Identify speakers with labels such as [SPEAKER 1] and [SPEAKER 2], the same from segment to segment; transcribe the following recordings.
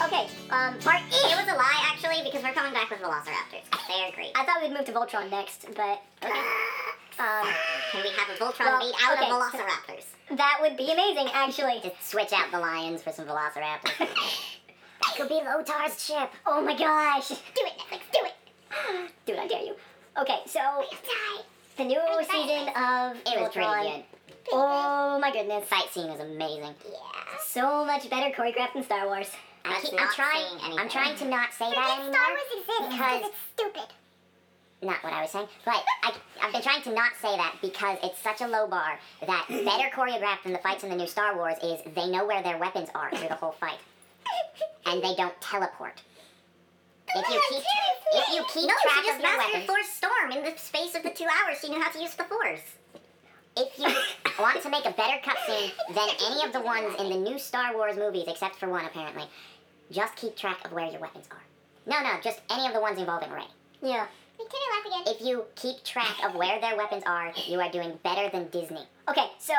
[SPEAKER 1] Okay, um, Mark, it was a lie actually because we're coming back with Velociraptors. They're great.
[SPEAKER 2] I thought we'd move to Voltron next, but um,
[SPEAKER 1] Can we have a Voltron
[SPEAKER 2] Well,
[SPEAKER 1] beat out
[SPEAKER 2] okay,
[SPEAKER 1] of
[SPEAKER 2] so-
[SPEAKER 1] Velociraptors?
[SPEAKER 2] that would be amazing, actually.
[SPEAKER 1] Just switch out the lions for some Velociraptors. Do
[SPEAKER 2] That could be Lotar's ship. Oh my gosh,
[SPEAKER 1] it, Netflix, do it!
[SPEAKER 2] dude, I dare you. Okay, so the new
[SPEAKER 1] I'm excited.
[SPEAKER 2] season of
[SPEAKER 1] It was pretty
[SPEAKER 2] Voltron.
[SPEAKER 1] good.
[SPEAKER 2] Oh my goodness,
[SPEAKER 1] Sightseeing was amazing. Yeah.
[SPEAKER 2] so much better choreographed than Star Wars.
[SPEAKER 1] I keep, I'm
[SPEAKER 2] not
[SPEAKER 1] trying.
[SPEAKER 2] saying
[SPEAKER 1] I'm
[SPEAKER 2] anything.
[SPEAKER 1] trying to not say that anymore. because it's stupid. Not what I was saying, but I, I've been trying to not say that because it's such a low bar that better choreographed than the fights in the new Star Wars is they know where their weapons are through the whole fight, and they don't teleport. If you keep, if you keep track of your weapons,
[SPEAKER 3] Force Storm in the space of the two hours. She knew how to use the Force.
[SPEAKER 1] if you want to make a better cutscene than any of the ones in the new Star Wars movies, except for one apparently, just keep track of where your weapons are. No, no, just any of the ones involving Rey.
[SPEAKER 2] Yeah.
[SPEAKER 1] If you keep track of where their weapons are, you are doing better than Disney.
[SPEAKER 2] Okay, so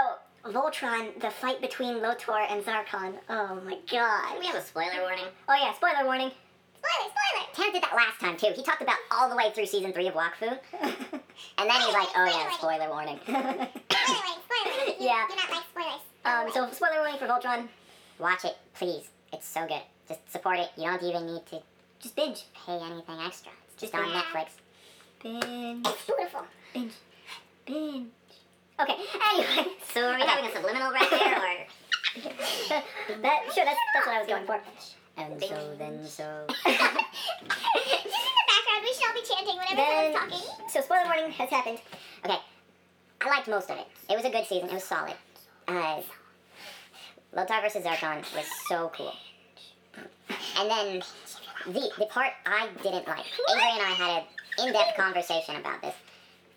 [SPEAKER 2] Voltron, the fight between Lotor and Zarkon. Oh my god.
[SPEAKER 3] We have a spoiler warning.
[SPEAKER 2] Oh yeah, spoiler warning.
[SPEAKER 3] Spoiler, spoiler.
[SPEAKER 1] Tanner did that last time too. He talked about all the way through season three of Wakfu, and then he's like, "Oh yeah, spoiler warning."
[SPEAKER 3] Spoiler warning, spoiler warning.
[SPEAKER 2] You Yeah.
[SPEAKER 3] Do not like spoilers.
[SPEAKER 2] um, so spoiler warning for Voltron.
[SPEAKER 1] Watch it, please. It's so good. Just support it. You don't even need to
[SPEAKER 2] Just binge.
[SPEAKER 1] pay anything extra. It's just
[SPEAKER 2] Just
[SPEAKER 1] on
[SPEAKER 2] that.
[SPEAKER 1] Netflix.
[SPEAKER 2] Binge.
[SPEAKER 3] beautiful.
[SPEAKER 2] Binge. Binge. Okay, anyway.
[SPEAKER 3] So are we having a subliminal right there, or
[SPEAKER 2] that, sure, that's, that's what I was going for.
[SPEAKER 1] And so then so.
[SPEAKER 3] just in the background? We should all be chanting whenever
[SPEAKER 2] Then,
[SPEAKER 3] someone's talking.
[SPEAKER 2] so spoiler warning has happened.
[SPEAKER 1] Okay, I liked most of it. It was a good season. It was solid. Uh, Lotar versus Zarkon was so cool. And then the the part I didn't like. Avery and I had an in-depth conversation about this.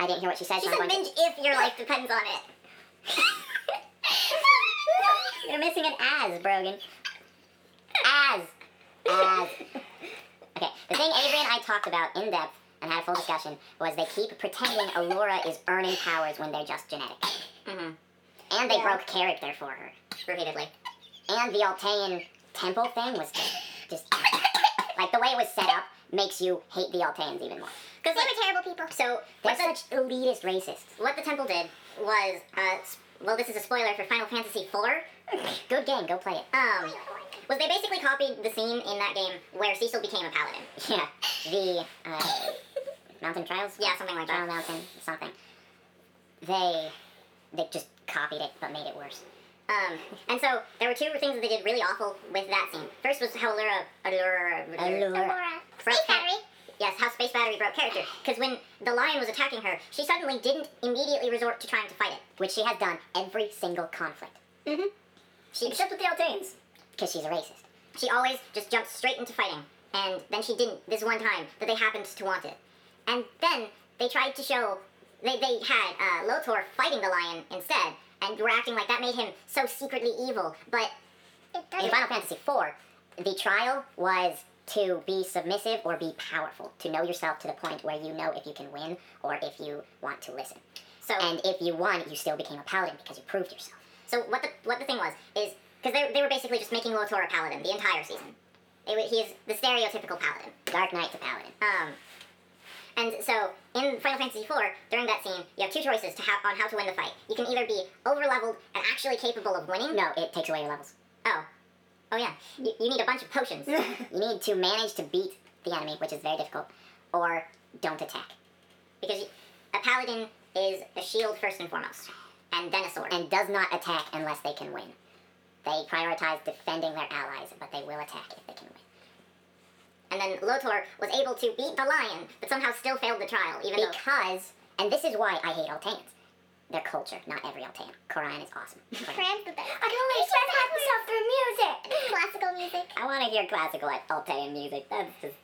[SPEAKER 1] I didn't hear what she said. so I'm going to-
[SPEAKER 3] if your life depends on it.
[SPEAKER 1] You're missing an as, Brogan. As. As. Okay, the thing Avery and I talked about in depth and had a full discussion was they keep pretending Alora is earning powers when they're just genetic.
[SPEAKER 3] Mhm.
[SPEAKER 1] And they
[SPEAKER 2] Yeah.
[SPEAKER 1] broke character for her. Repeatedly. And the Altaian temple thing was just, just like the way it was set up makes you hate the Altaians even more.
[SPEAKER 3] Because they were terrible people. So
[SPEAKER 1] They're
[SPEAKER 3] what the,
[SPEAKER 1] such elitist racists.
[SPEAKER 3] what the temple did was, uh, s- well, this is a spoiler for Final Fantasy IV.
[SPEAKER 1] Good game, go play it.
[SPEAKER 3] Um, was they basically copied the scene in that game where Cecil became a paladin?
[SPEAKER 1] Yeah, the uh, mountain trials.
[SPEAKER 3] Yeah, something like
[SPEAKER 1] Trial
[SPEAKER 3] that.
[SPEAKER 1] mountain something. They they just copied it but made it worse.
[SPEAKER 3] Um, and so there were two things that they did really awful with that scene. First was how Allura, Allura,
[SPEAKER 1] Allura.
[SPEAKER 3] broke Space Battery. Yes, how Space Battery broke character. Because when the lion was attacking her, she suddenly didn't immediately resort to trying to fight it.
[SPEAKER 1] Which she has done every single conflict Mm-hmm.
[SPEAKER 3] She
[SPEAKER 2] Except with the Altains.
[SPEAKER 1] because she's a racist.
[SPEAKER 3] She always just jumps straight into fighting, and then she didn't this one time that they happened to want it. And then they tried to show they, they had uh, Lotor fighting the lion instead, and were acting like that made him so secretly evil. But
[SPEAKER 1] In Final Fantasy IV, the trial was to be submissive or be powerful, to know yourself to the point where you know if you can win or if you want to listen.
[SPEAKER 3] so
[SPEAKER 1] And if you won, you still became a paladin because you proved yourself.
[SPEAKER 3] so what the what the thing was is because they, they were basically just making Lotor a paladin the entire season. They were- he is the stereotypical paladin.
[SPEAKER 1] Dark Knight's a paladin.
[SPEAKER 3] Um, and so in Final Fantasy IV, during that scene, you have two choices to how, on how to win the fight. You can either be over leveled and actually capable of winning.
[SPEAKER 1] No, it takes away your levels.
[SPEAKER 3] Oh. Oh yeah. You, you need a bunch of potions.
[SPEAKER 1] You need to manage to beat the enemy, which is very difficult, or don't attack.
[SPEAKER 3] because you- a paladin is a shield first and foremost. And then a sword.
[SPEAKER 1] And does not attack unless they can win. They prioritize defending their allies, but they will attack if they can win.
[SPEAKER 3] And then Lotor was able to beat the lion, but somehow still failed the trial, even though
[SPEAKER 1] Because, and this is why I hate Altaians. Their culture, not every Altan. Koran is awesome.
[SPEAKER 3] France the best.
[SPEAKER 2] I can only express half the stuff through music.
[SPEAKER 3] Classical music.
[SPEAKER 1] I want to hear classical Al- Altaian music. That's just.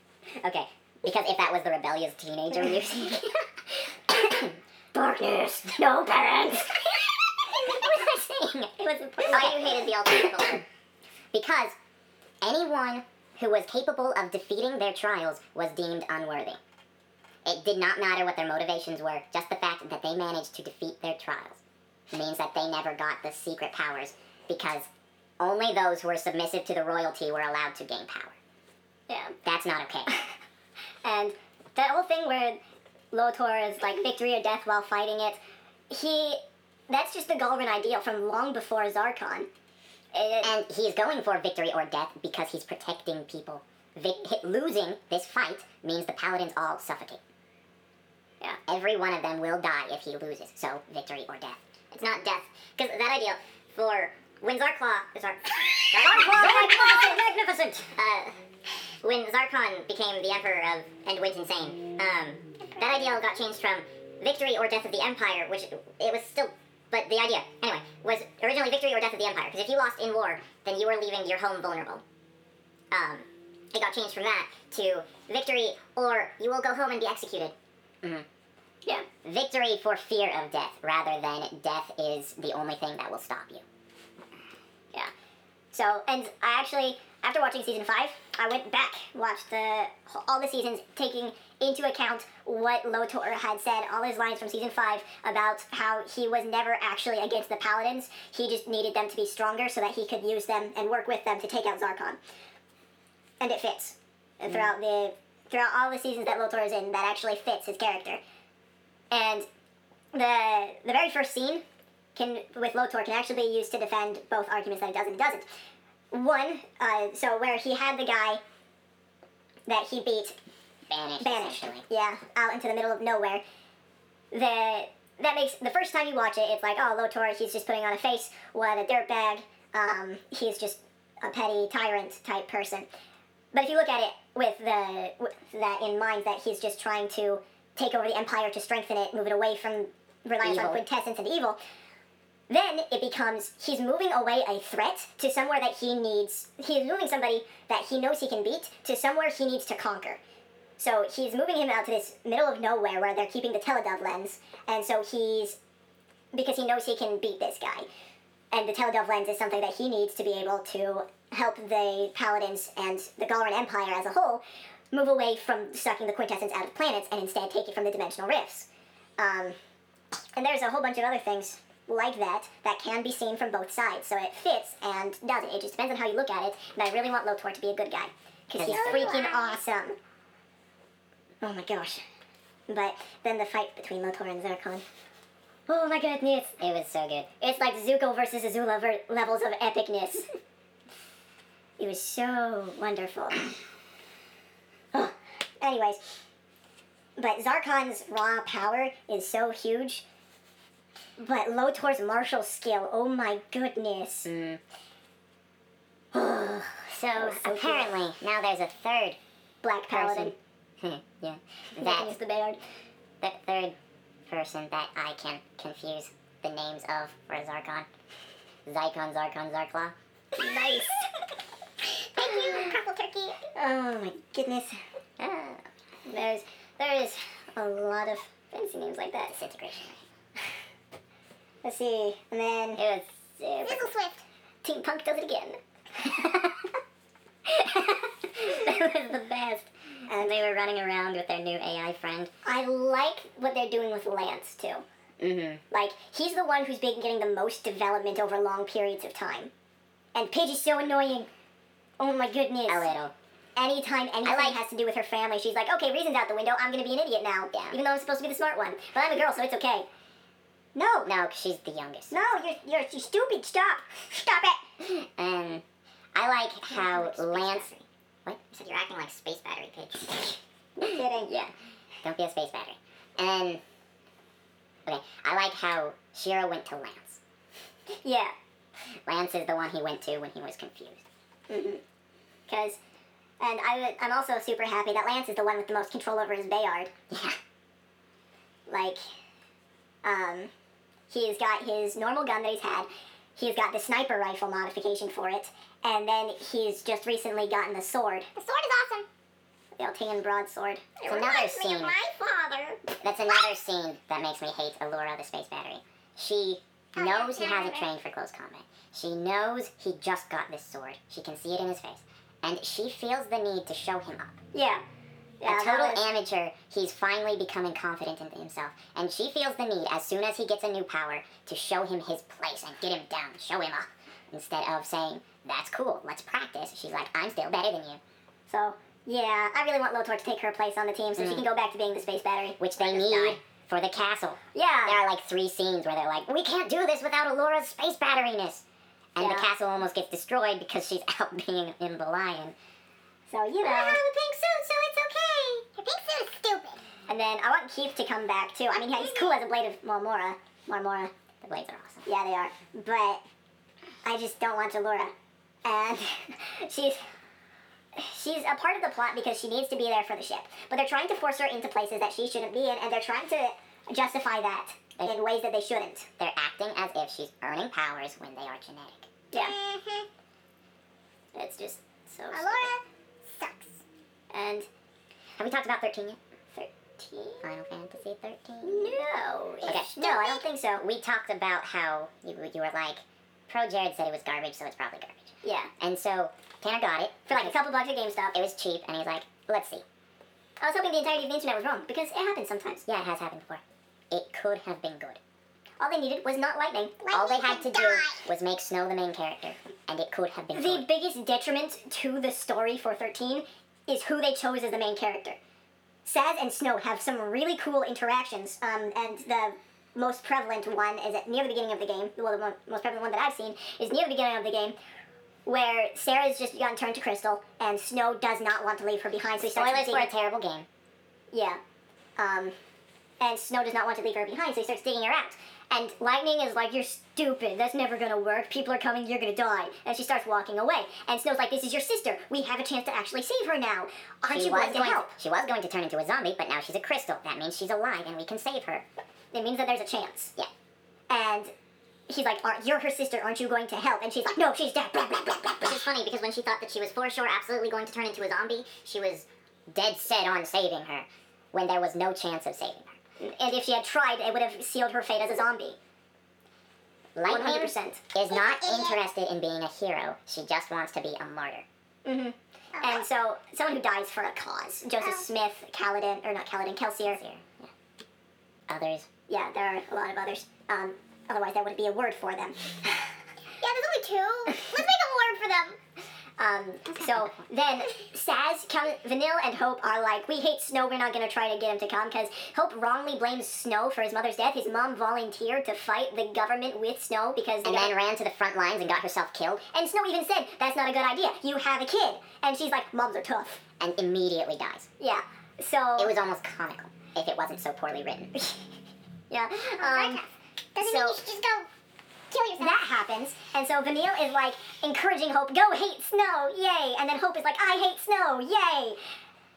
[SPEAKER 1] Okay. Because if that was the rebellious teenager music. Darkness, no parents! what was I saying? It was important.
[SPEAKER 3] Oh, you hated the alternative culture.
[SPEAKER 1] Because anyone who was capable of defeating their trials was deemed unworthy. It did not matter what their motivations were, just the fact that they managed to defeat their trials means that they never got the secret powers because
[SPEAKER 4] Only those who are submissive to the royalty were allowed to gain power.
[SPEAKER 1] Yeah.
[SPEAKER 4] That's not okay.
[SPEAKER 1] And that whole thing where Lotor is like victory or death while fighting it, he that's just the Galvan ideal from long before Zarkon. It-
[SPEAKER 4] and he's going for victory or death because he's protecting people. Vic- hi- losing this fight means the paladins all suffocate.
[SPEAKER 1] Yeah.
[SPEAKER 4] Every one of them will die if he loses. So victory or death.
[SPEAKER 3] It's not death. Because that ideal for when Zarklaw, Zar-
[SPEAKER 4] Zarkon magnificent.
[SPEAKER 3] uh, when Zarkon became the emperor of and went insane, um, that ideal got changed from victory or death of the empire, which it was still, but the idea anyway was originally victory or death of the empire. Because if you lost in war, then you were leaving your home vulnerable. Um, it got changed from that to victory or you will go home and be executed.
[SPEAKER 1] yeah.
[SPEAKER 4] Victory for fear of death, rather than death is the only thing that will stop you.
[SPEAKER 1] Yeah. So, and I actually, after watching season five, I went back, watched the all the seasons, taking into account what Lotor had said, all his lines from season five about how he was never actually against the Paladins. He just needed them to be stronger so that he could use them and work with them to take out Zarkon. And it fits And throughout the throughout all the seasons that Lotor is in. That actually fits his character. And the the very first scene can with Lotor can actually be used to defend both arguments that it does and it doesn't. One, uh, so where he had the guy that he beat
[SPEAKER 4] Banished,
[SPEAKER 1] banished,
[SPEAKER 4] essentially.
[SPEAKER 1] yeah, out into the middle of nowhere. The that makes the first time you watch it, it's like, oh, Lotor, he's just putting on a face. What a dirtbag. Um, he's just a petty tyrant type person. But if you look at it with the with that in mind, that he's just trying to take over the empire to strengthen it, move it away from reliance on
[SPEAKER 4] Evil.
[SPEAKER 1] quintessence and evil. Then it becomes he's moving away a threat to somewhere that he needs. He's moving somebody that he knows he can beat to somewhere he needs to conquer. So he's moving him out to this middle of nowhere where they're keeping the teledove lens, and so he's because he knows he can beat this guy. And the teledove lens is something that he needs to be able to help the paladins and the Galran Empire as a whole move away from sucking the quintessence out of planets and instead take it from the dimensional rifts. Um, and there's a whole bunch of other things like that that can be seen from both sides. So it fits and doesn't. It just depends on how you look at it. And I really want Lotor to be a good guy because he's
[SPEAKER 4] Yeah, he's
[SPEAKER 1] freaking awesome. Oh my gosh. But then the fight between Lotor and Zircon. Oh my goodness.
[SPEAKER 4] It was so good.
[SPEAKER 1] It's like Zuko versus Azula ver- levels of epicness. it was so wonderful. Ugh. Anyways, but Zarkon's raw power is so huge. But Lotor's martial skill, oh my goodness.
[SPEAKER 4] So apparently now there's a third
[SPEAKER 1] Black Paladin.
[SPEAKER 4] person. yeah.
[SPEAKER 1] That
[SPEAKER 4] That
[SPEAKER 1] is the Bayard.
[SPEAKER 4] that third person that I can confuse the names of for Zarkon. Zycon, Zarkon, Zarklaw.
[SPEAKER 1] Nice.
[SPEAKER 3] Thank you, Purple Turkey.
[SPEAKER 1] Oh my goodness.
[SPEAKER 4] Ah,
[SPEAKER 1] There's there is a lot of fancy names like that.
[SPEAKER 4] disintegration.
[SPEAKER 1] Let's see. And then
[SPEAKER 4] It was super.
[SPEAKER 3] Sizzle Swift.
[SPEAKER 1] Team Punk does it again. that was the best.
[SPEAKER 4] And they were running around with their new AI friend.
[SPEAKER 1] I like what they're doing with Lance too.
[SPEAKER 4] Mm-hmm.
[SPEAKER 1] Like he's the one who's been getting the most development over long periods of time. And Pidge is so annoying. Oh my goodness.
[SPEAKER 4] A little.
[SPEAKER 1] Anytime anything
[SPEAKER 4] like-
[SPEAKER 1] has to do with her family, she's like, okay, reason's out the window. I'm gonna be an idiot now.
[SPEAKER 4] Yeah.
[SPEAKER 1] Even though I'm supposed to be the smart one. But I'm a girl, so it's okay. No.
[SPEAKER 4] No, 'cause she's the youngest.
[SPEAKER 1] No, you're, you're, you're stupid. Stop. Stop it.
[SPEAKER 4] And Um, I like how Lance.
[SPEAKER 3] I said you're acting like space battery pitch.
[SPEAKER 1] Kidding.
[SPEAKER 4] Yeah. Don't be a space battery. And okay, I like how Shiro went to Lance.
[SPEAKER 1] Yeah.
[SPEAKER 4] Lance is the one he went to when he was confused.
[SPEAKER 1] Because, Mm-hmm. and I, would- I'm also super happy that Lance is the one with the most control over his Bayard.
[SPEAKER 4] Yeah.
[SPEAKER 1] Like, um, he's got his normal gun that he's had. He's got the sniper rifle modification for it, and then he's just recently gotten the sword,
[SPEAKER 3] The sword is awesome.
[SPEAKER 1] the Altean broadsword.
[SPEAKER 3] It
[SPEAKER 4] another
[SPEAKER 3] reminds me
[SPEAKER 4] scene.
[SPEAKER 3] of my father.
[SPEAKER 4] That's another scene that makes me hate Allura the space battery. She
[SPEAKER 1] Oh,
[SPEAKER 4] knows he hasn't trained for close combat. She knows he just got this sword. She can see it in his face. And she feels the need to show him up.
[SPEAKER 1] Yeah. Yeah, that
[SPEAKER 4] A total
[SPEAKER 1] was-
[SPEAKER 4] amateur, he's finally becoming confident in himself. And she feels the need, as soon as he gets a new power, to show him his place and get him down, show him up. instead of saying, that's cool, let's practice. She's like, I'm still better than you.
[SPEAKER 1] So yeah, I really want Lotor to take her place on the team so she can go back to being the space battery.
[SPEAKER 4] Mm. Which they need for the castle.
[SPEAKER 1] Yeah.
[SPEAKER 4] There are like three scenes where they're like, we can't do this without Alora's space batteriness. And the
[SPEAKER 1] Yeah.
[SPEAKER 4] castle almost gets destroyed because she's out being in the lion.
[SPEAKER 1] So you
[SPEAKER 3] I have
[SPEAKER 1] know.
[SPEAKER 3] a pink suit, so it's okay. Your pink suit's stupid.
[SPEAKER 1] And then I want Keith to come back too. I mean, yeah, he's cool as a blade of Marmora. Marmora.
[SPEAKER 4] The blades are awesome.
[SPEAKER 1] Yeah, they are. But I just don't want Allura. And she's she's a part of the plot because she needs to be there for the ship. But they're trying to force her into places that she shouldn't be in, and they're trying to justify that in ways that they shouldn't.
[SPEAKER 4] They're acting as if she's earning powers when they are genetic.
[SPEAKER 1] Yeah,
[SPEAKER 3] Mhm.
[SPEAKER 1] it's just so.
[SPEAKER 3] Alora sucks.
[SPEAKER 1] And
[SPEAKER 4] Have we talked about 13 yet?
[SPEAKER 1] thirteen?
[SPEAKER 4] Final Fantasy 13.
[SPEAKER 1] No.
[SPEAKER 4] Okay.
[SPEAKER 1] it's- No, I don't think so.
[SPEAKER 4] We talked about how you, you were like, Pro Jared said it was garbage, so it's probably garbage.
[SPEAKER 1] Yeah,
[SPEAKER 4] And so Tanner got it
[SPEAKER 1] for like a couple bucks at GameStop.
[SPEAKER 4] It was cheap, and he's like, let's see.
[SPEAKER 1] I was hoping the entirety of the internet was wrong because it happens sometimes.
[SPEAKER 4] Yeah, it has happened before. It could have been good.
[SPEAKER 1] All they needed was not lightning.
[SPEAKER 4] All they had to do
[SPEAKER 3] die.
[SPEAKER 4] was make Snow the main character, and it could have been
[SPEAKER 1] The
[SPEAKER 4] good.
[SPEAKER 1] biggest detriment to the story for 13 is who they chose as the main character. Saz and Snow have some really cool interactions, um, and the most prevalent one is at near the beginning of the game. Well, the one, most prevalent one that I've seen is near the beginning of the game, where Sarah's just gotten turned to Crystal, and Snow does not want to leave her behind. So he starts
[SPEAKER 4] Spoilers
[SPEAKER 1] digging.
[SPEAKER 4] for a terrible game.
[SPEAKER 1] yeah, um, and Snow does not want to leave her behind, so he starts digging her out. And Lightning is like, "You're stupid. That's never gonna work. People are coming. You're gonna die." And she starts walking away. And Snow's like, "This is your sister. We have a chance to actually save her now. Aren't
[SPEAKER 4] She
[SPEAKER 1] you
[SPEAKER 4] was
[SPEAKER 1] glad to
[SPEAKER 4] going
[SPEAKER 1] help?"
[SPEAKER 4] she was going to turn into a zombie, but now she's a crystal. That means she's alive, and we can save her.
[SPEAKER 1] It means that there's a chance.
[SPEAKER 4] Yeah.
[SPEAKER 1] And he's like, "Aren't- "You're her sister. Aren't you going to help?" And she's like, "No, she's dead." Blah blah blah blah blah.
[SPEAKER 3] Which is funny because when she thought that she was for sure absolutely going to turn into a zombie, she was
[SPEAKER 4] Dead set on saving her when there was no chance of saving her.
[SPEAKER 1] And if she had tried, it would have sealed her fate as a zombie.
[SPEAKER 4] Lightning
[SPEAKER 1] 100%.
[SPEAKER 4] is not
[SPEAKER 3] Idiot.
[SPEAKER 4] interested in being a hero. She just wants to be a martyr.
[SPEAKER 1] And so, someone who dies for a cause. Joseph
[SPEAKER 3] Oh.
[SPEAKER 1] Smith, Kaladin, or not Kaladin, Kelsier.
[SPEAKER 4] Here, yeah. Others.
[SPEAKER 1] Yeah, there are a lot of others. Um, otherwise, that would be a word for them.
[SPEAKER 3] Yeah, there's only two. Let's make a word for
[SPEAKER 1] Um,
[SPEAKER 3] them.
[SPEAKER 1] so then Saz, Cal- Vanille, and Hope are like, we hate Snow. We're not gonna try to get him to come because Hope wrongly blames Snow for his mother's death. His mom volunteered to fight the government with Snow because they
[SPEAKER 4] And
[SPEAKER 1] got-
[SPEAKER 4] then ran to the front lines and got herself killed,
[SPEAKER 1] and Snow even said that's not a good idea. You have a kid, and she's like, moms are tough.
[SPEAKER 4] and immediately dies.
[SPEAKER 1] Yeah. So
[SPEAKER 4] It was almost comical if it wasn't so poorly written.
[SPEAKER 1] yeah.
[SPEAKER 3] Um,
[SPEAKER 1] Um,
[SPEAKER 3] Doesn't
[SPEAKER 1] so-
[SPEAKER 3] mean you should just go kill yourself.
[SPEAKER 1] that happens, and so Vanille is like encouraging Hope, go hate Snow, yay! And then Hope is like, I hate Snow, yay!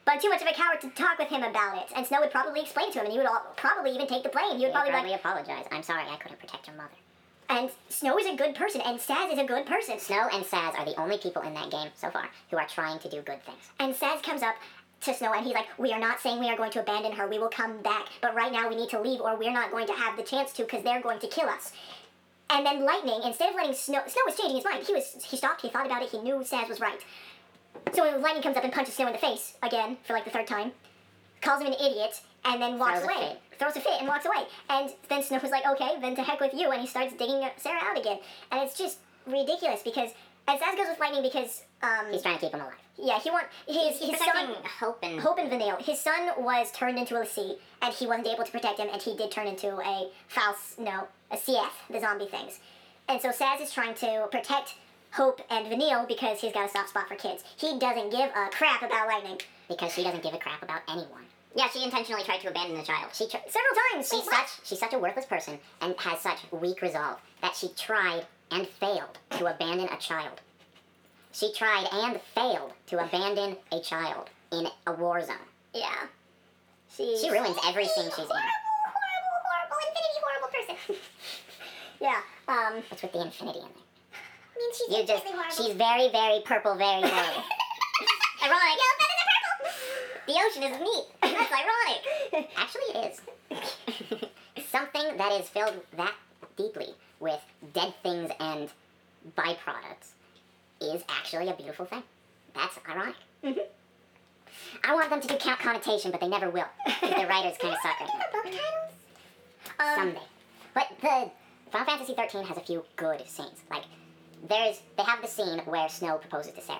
[SPEAKER 1] But too much of a coward to talk with him about it, and Snow would probably explain to him, and he would all, probably even take the blame. He would
[SPEAKER 4] You
[SPEAKER 1] probably
[SPEAKER 4] probably,
[SPEAKER 1] be like,
[SPEAKER 4] apologize. I'm sorry I couldn't protect your mother.
[SPEAKER 1] and Snow is a good person, and Saz is a good person.
[SPEAKER 4] Snow and Saz are the only people in that game so far who are trying to do good things.
[SPEAKER 1] And Saz comes up to Snow and he's like, We are not saying we are going to abandon her. We will come back. But right now we need to leave or we're not going to have the chance to because they're going to kill us. And then Lightning, instead of letting Snow Snow was changing his mind. He was he stopped, he thought about it, he knew Saz was right. So when Lightning comes up and punches Snow in the face again for like the third time, calls him an idiot, and then walks
[SPEAKER 4] Throws a
[SPEAKER 1] away. Throws a fit and walks away. And then Snow was like, Okay, then to heck with you, and he starts digging Sarah out again. And it's just ridiculous because and Saz goes with Lightning because um
[SPEAKER 4] He's trying to keep him alive.
[SPEAKER 1] yeah, he want his his son
[SPEAKER 3] Protecting hope and
[SPEAKER 1] Hope and Vanille. His son was turned into a C, and he wasn't able to protect him, and he did turn into a false no a CF the zombie things, and so Saz is trying to protect Hope and Vanille because he's got a soft spot for kids. He doesn't give a crap about lightning.
[SPEAKER 4] Because she doesn't give a crap about anyone.
[SPEAKER 3] Yeah, she intentionally tried to abandon the child.
[SPEAKER 4] She tr-
[SPEAKER 1] Several times
[SPEAKER 4] she's such she's such a worthless person and has such weak resolve that she tried and failed to abandon a child. She tried and failed to abandon a child in a war zone.
[SPEAKER 1] yeah. She,
[SPEAKER 4] She ruins every scene she's in.
[SPEAKER 3] horrible, horrible, horrible, infinity horrible person.
[SPEAKER 1] yeah um
[SPEAKER 4] What's with the infinity in there?
[SPEAKER 3] I mean, she's
[SPEAKER 4] You just
[SPEAKER 3] infinitely horrible.
[SPEAKER 4] she's very very purple, very very.
[SPEAKER 3] ironic.
[SPEAKER 4] "Oh,
[SPEAKER 3] Yellow feathers are purple. The ocean is neat. That's ironic.
[SPEAKER 4] Actually, it is. Something that is filled that deeply with dead things and byproducts is actually a beautiful thing. That's ironic.
[SPEAKER 3] Mm-hmm.
[SPEAKER 4] I want them to do count connotation, but they never will. 'cause The writers kind of suck right now.
[SPEAKER 3] Book titles? Um,
[SPEAKER 1] um
[SPEAKER 4] Someday. But the Final Fantasy 13 has a few good scenes. Like, there is they have the scene where Snow proposes to Sarah.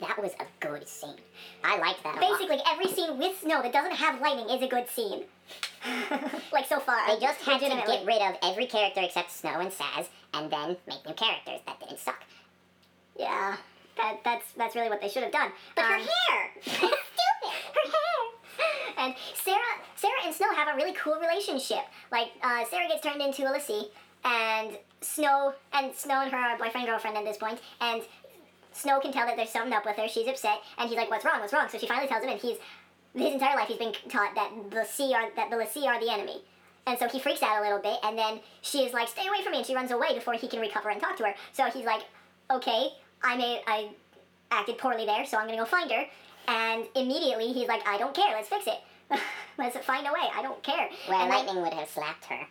[SPEAKER 4] That was a good scene. I liked that. a lot.
[SPEAKER 1] Basically, every scene with snow that doesn't have lighting is a good scene. like so far,
[SPEAKER 4] They just had to get
[SPEAKER 1] legitimately.
[SPEAKER 4] rid of every character except Snow and Saz, and then make new characters that didn't suck.
[SPEAKER 1] Yeah, that, that's that's really what they should have done.
[SPEAKER 3] But her
[SPEAKER 1] Um,
[SPEAKER 3] hair!
[SPEAKER 1] stupid. Her hair. And Sarah, Sarah and Snow have a really cool relationship. Like uh, Sarah gets turned into Elyssie, and Snow and Snow and her are boyfriend girlfriend at this point, and Snow can tell that there's something up with her. She's upset, and he's like, "What's wrong? What's wrong?" So she finally tells him, and he's his entire life he's been taught that the sea are that the Lassie are the enemy. And so he freaks out a little bit, and then she is like, "Stay away from me!" And she runs away before he can recover and talk to her. So he's like, "Okay, I made I acted poorly there, so I'm gonna go find her." And immediately he's like, "I don't care. Let's fix it. let's find a way. I don't care."
[SPEAKER 4] Where
[SPEAKER 1] and like,
[SPEAKER 4] Lightning would have slapped her.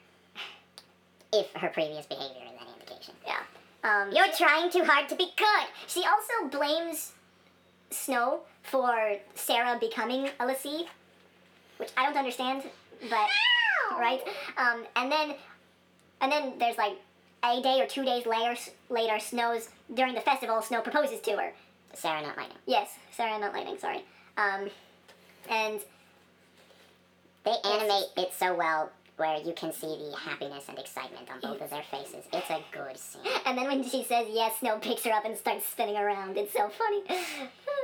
[SPEAKER 4] If her previous behavior is any indication.
[SPEAKER 1] yeah. Um,
[SPEAKER 4] You're trying too hard to be good!
[SPEAKER 1] She also blames Snow for Sarah becoming a Lassie, which I don't understand, but right. Um, and then, and then there's like a day or two days later. Later, Snow's during the festival. Snow proposes to her.
[SPEAKER 4] Sarah, not Lightning.
[SPEAKER 1] Yes, Sarah, not Lightning. Sorry. Um, and
[SPEAKER 4] They animate it so well where you can see the happiness and excitement on both of their faces. It's a good scene.
[SPEAKER 1] and then when she says yes, Snow picks her up and starts spinning around. It's so funny.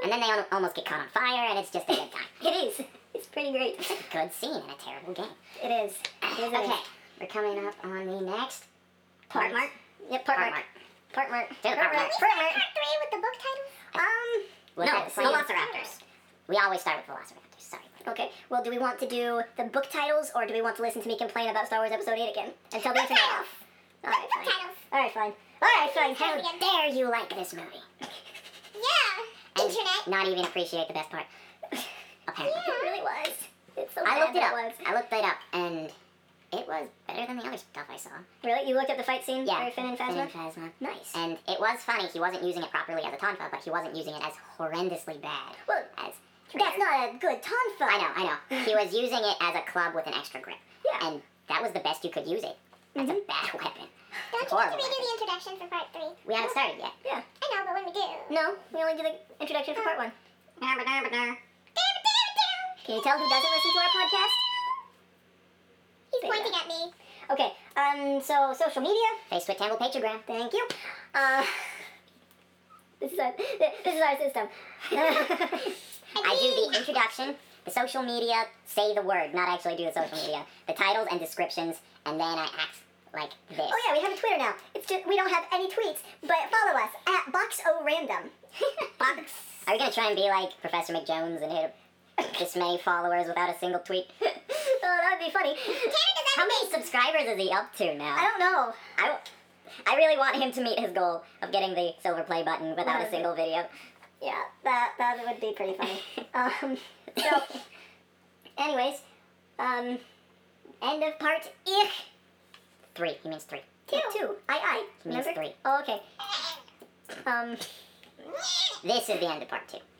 [SPEAKER 4] And then they al- almost get caught on fire, and it's just a good time.
[SPEAKER 1] it is. It's pretty great.
[SPEAKER 4] It's a good scene in a terrible game.
[SPEAKER 1] It is. It is. it is.
[SPEAKER 4] Okay, we're coming up on the next
[SPEAKER 1] Part
[SPEAKER 4] Parts.
[SPEAKER 1] mark. Yep. Part,
[SPEAKER 4] part.
[SPEAKER 1] mark.
[SPEAKER 4] mark.
[SPEAKER 1] Part mark.
[SPEAKER 4] Do the part mark.
[SPEAKER 1] Part mark.
[SPEAKER 3] three with the book title?
[SPEAKER 1] Um.
[SPEAKER 4] We'll
[SPEAKER 3] no,
[SPEAKER 4] have to plan-
[SPEAKER 3] Velociraptors.
[SPEAKER 4] We always start with Velociraptors. Sorry.
[SPEAKER 1] Okay. Well, do we want to do the book titles, or do we want to listen to me complain about Star Wars Episode Eight again and tell the internet off? All right,
[SPEAKER 3] Book
[SPEAKER 1] fine.
[SPEAKER 3] titles.
[SPEAKER 1] All right, fine. All right, fine.
[SPEAKER 3] Tell
[SPEAKER 1] Hell,
[SPEAKER 3] me again.
[SPEAKER 4] Dare you like this movie?
[SPEAKER 3] Yeah.
[SPEAKER 4] And
[SPEAKER 3] Internet.
[SPEAKER 4] Not even appreciate the best part. Apparently.
[SPEAKER 1] it really was. It's so
[SPEAKER 4] I
[SPEAKER 1] bad
[SPEAKER 4] looked it
[SPEAKER 1] that
[SPEAKER 4] up.
[SPEAKER 1] was.
[SPEAKER 4] I looked it up, and it was better than the other stuff I saw.
[SPEAKER 1] Really, you looked up the fight scene
[SPEAKER 4] Yeah.
[SPEAKER 1] for Finn and Phasma.
[SPEAKER 4] Phasma.
[SPEAKER 1] Nice.
[SPEAKER 4] And it was funny. He wasn't using it properly as a tonfa, but he wasn't using it as horrendously bad
[SPEAKER 1] well,
[SPEAKER 4] as.
[SPEAKER 1] that's not a good ton fight.
[SPEAKER 4] I know, I know. He was using it as a club with an extra grip,
[SPEAKER 1] Yeah. Mm-hmm.
[SPEAKER 4] and that was the best you could use it. That's a bad weapon.
[SPEAKER 3] Don't you need
[SPEAKER 4] It's
[SPEAKER 3] to
[SPEAKER 4] horrible.
[SPEAKER 3] redo the introduction for part three?
[SPEAKER 4] We haven't started yet.
[SPEAKER 1] yeah.
[SPEAKER 3] I know, but when we do.
[SPEAKER 1] No, we only do the introduction
[SPEAKER 3] Mm.
[SPEAKER 1] for part one.
[SPEAKER 3] Damn it, damn it, damn it, damn it.
[SPEAKER 1] Can you tell who doesn't listen to our podcast?
[SPEAKER 3] He's
[SPEAKER 1] There you
[SPEAKER 3] pointing at me.
[SPEAKER 1] Okay. Um. So social media.
[SPEAKER 4] Face with Campbell Patrogram.
[SPEAKER 1] Thank you. Uh, this is our this is our system.
[SPEAKER 4] I do the introduction, the social media, say the word, not actually do the social media, the titles and descriptions, and then I act like this.
[SPEAKER 1] oh yeah, we have a Twitter now. It's just we don't have any tweets, but follow us at Box O Random.
[SPEAKER 4] Box. Are we gonna try and be like Professor McJones and hit dismay followers without a single tweet?
[SPEAKER 1] oh, that would be funny.
[SPEAKER 4] How many subscribers is he up to
[SPEAKER 1] I
[SPEAKER 4] now?
[SPEAKER 1] don't know.
[SPEAKER 4] I, I really want him to meet his goal of getting the silver play button without a single video.
[SPEAKER 1] Yeah, that that would be pretty funny. Um. So, anyways, um, end of part ich
[SPEAKER 4] Three. He means three.
[SPEAKER 1] two. I I.
[SPEAKER 4] Means
[SPEAKER 1] Remember?
[SPEAKER 4] three.
[SPEAKER 1] Oh, okay. Um.
[SPEAKER 4] This is the end of part two.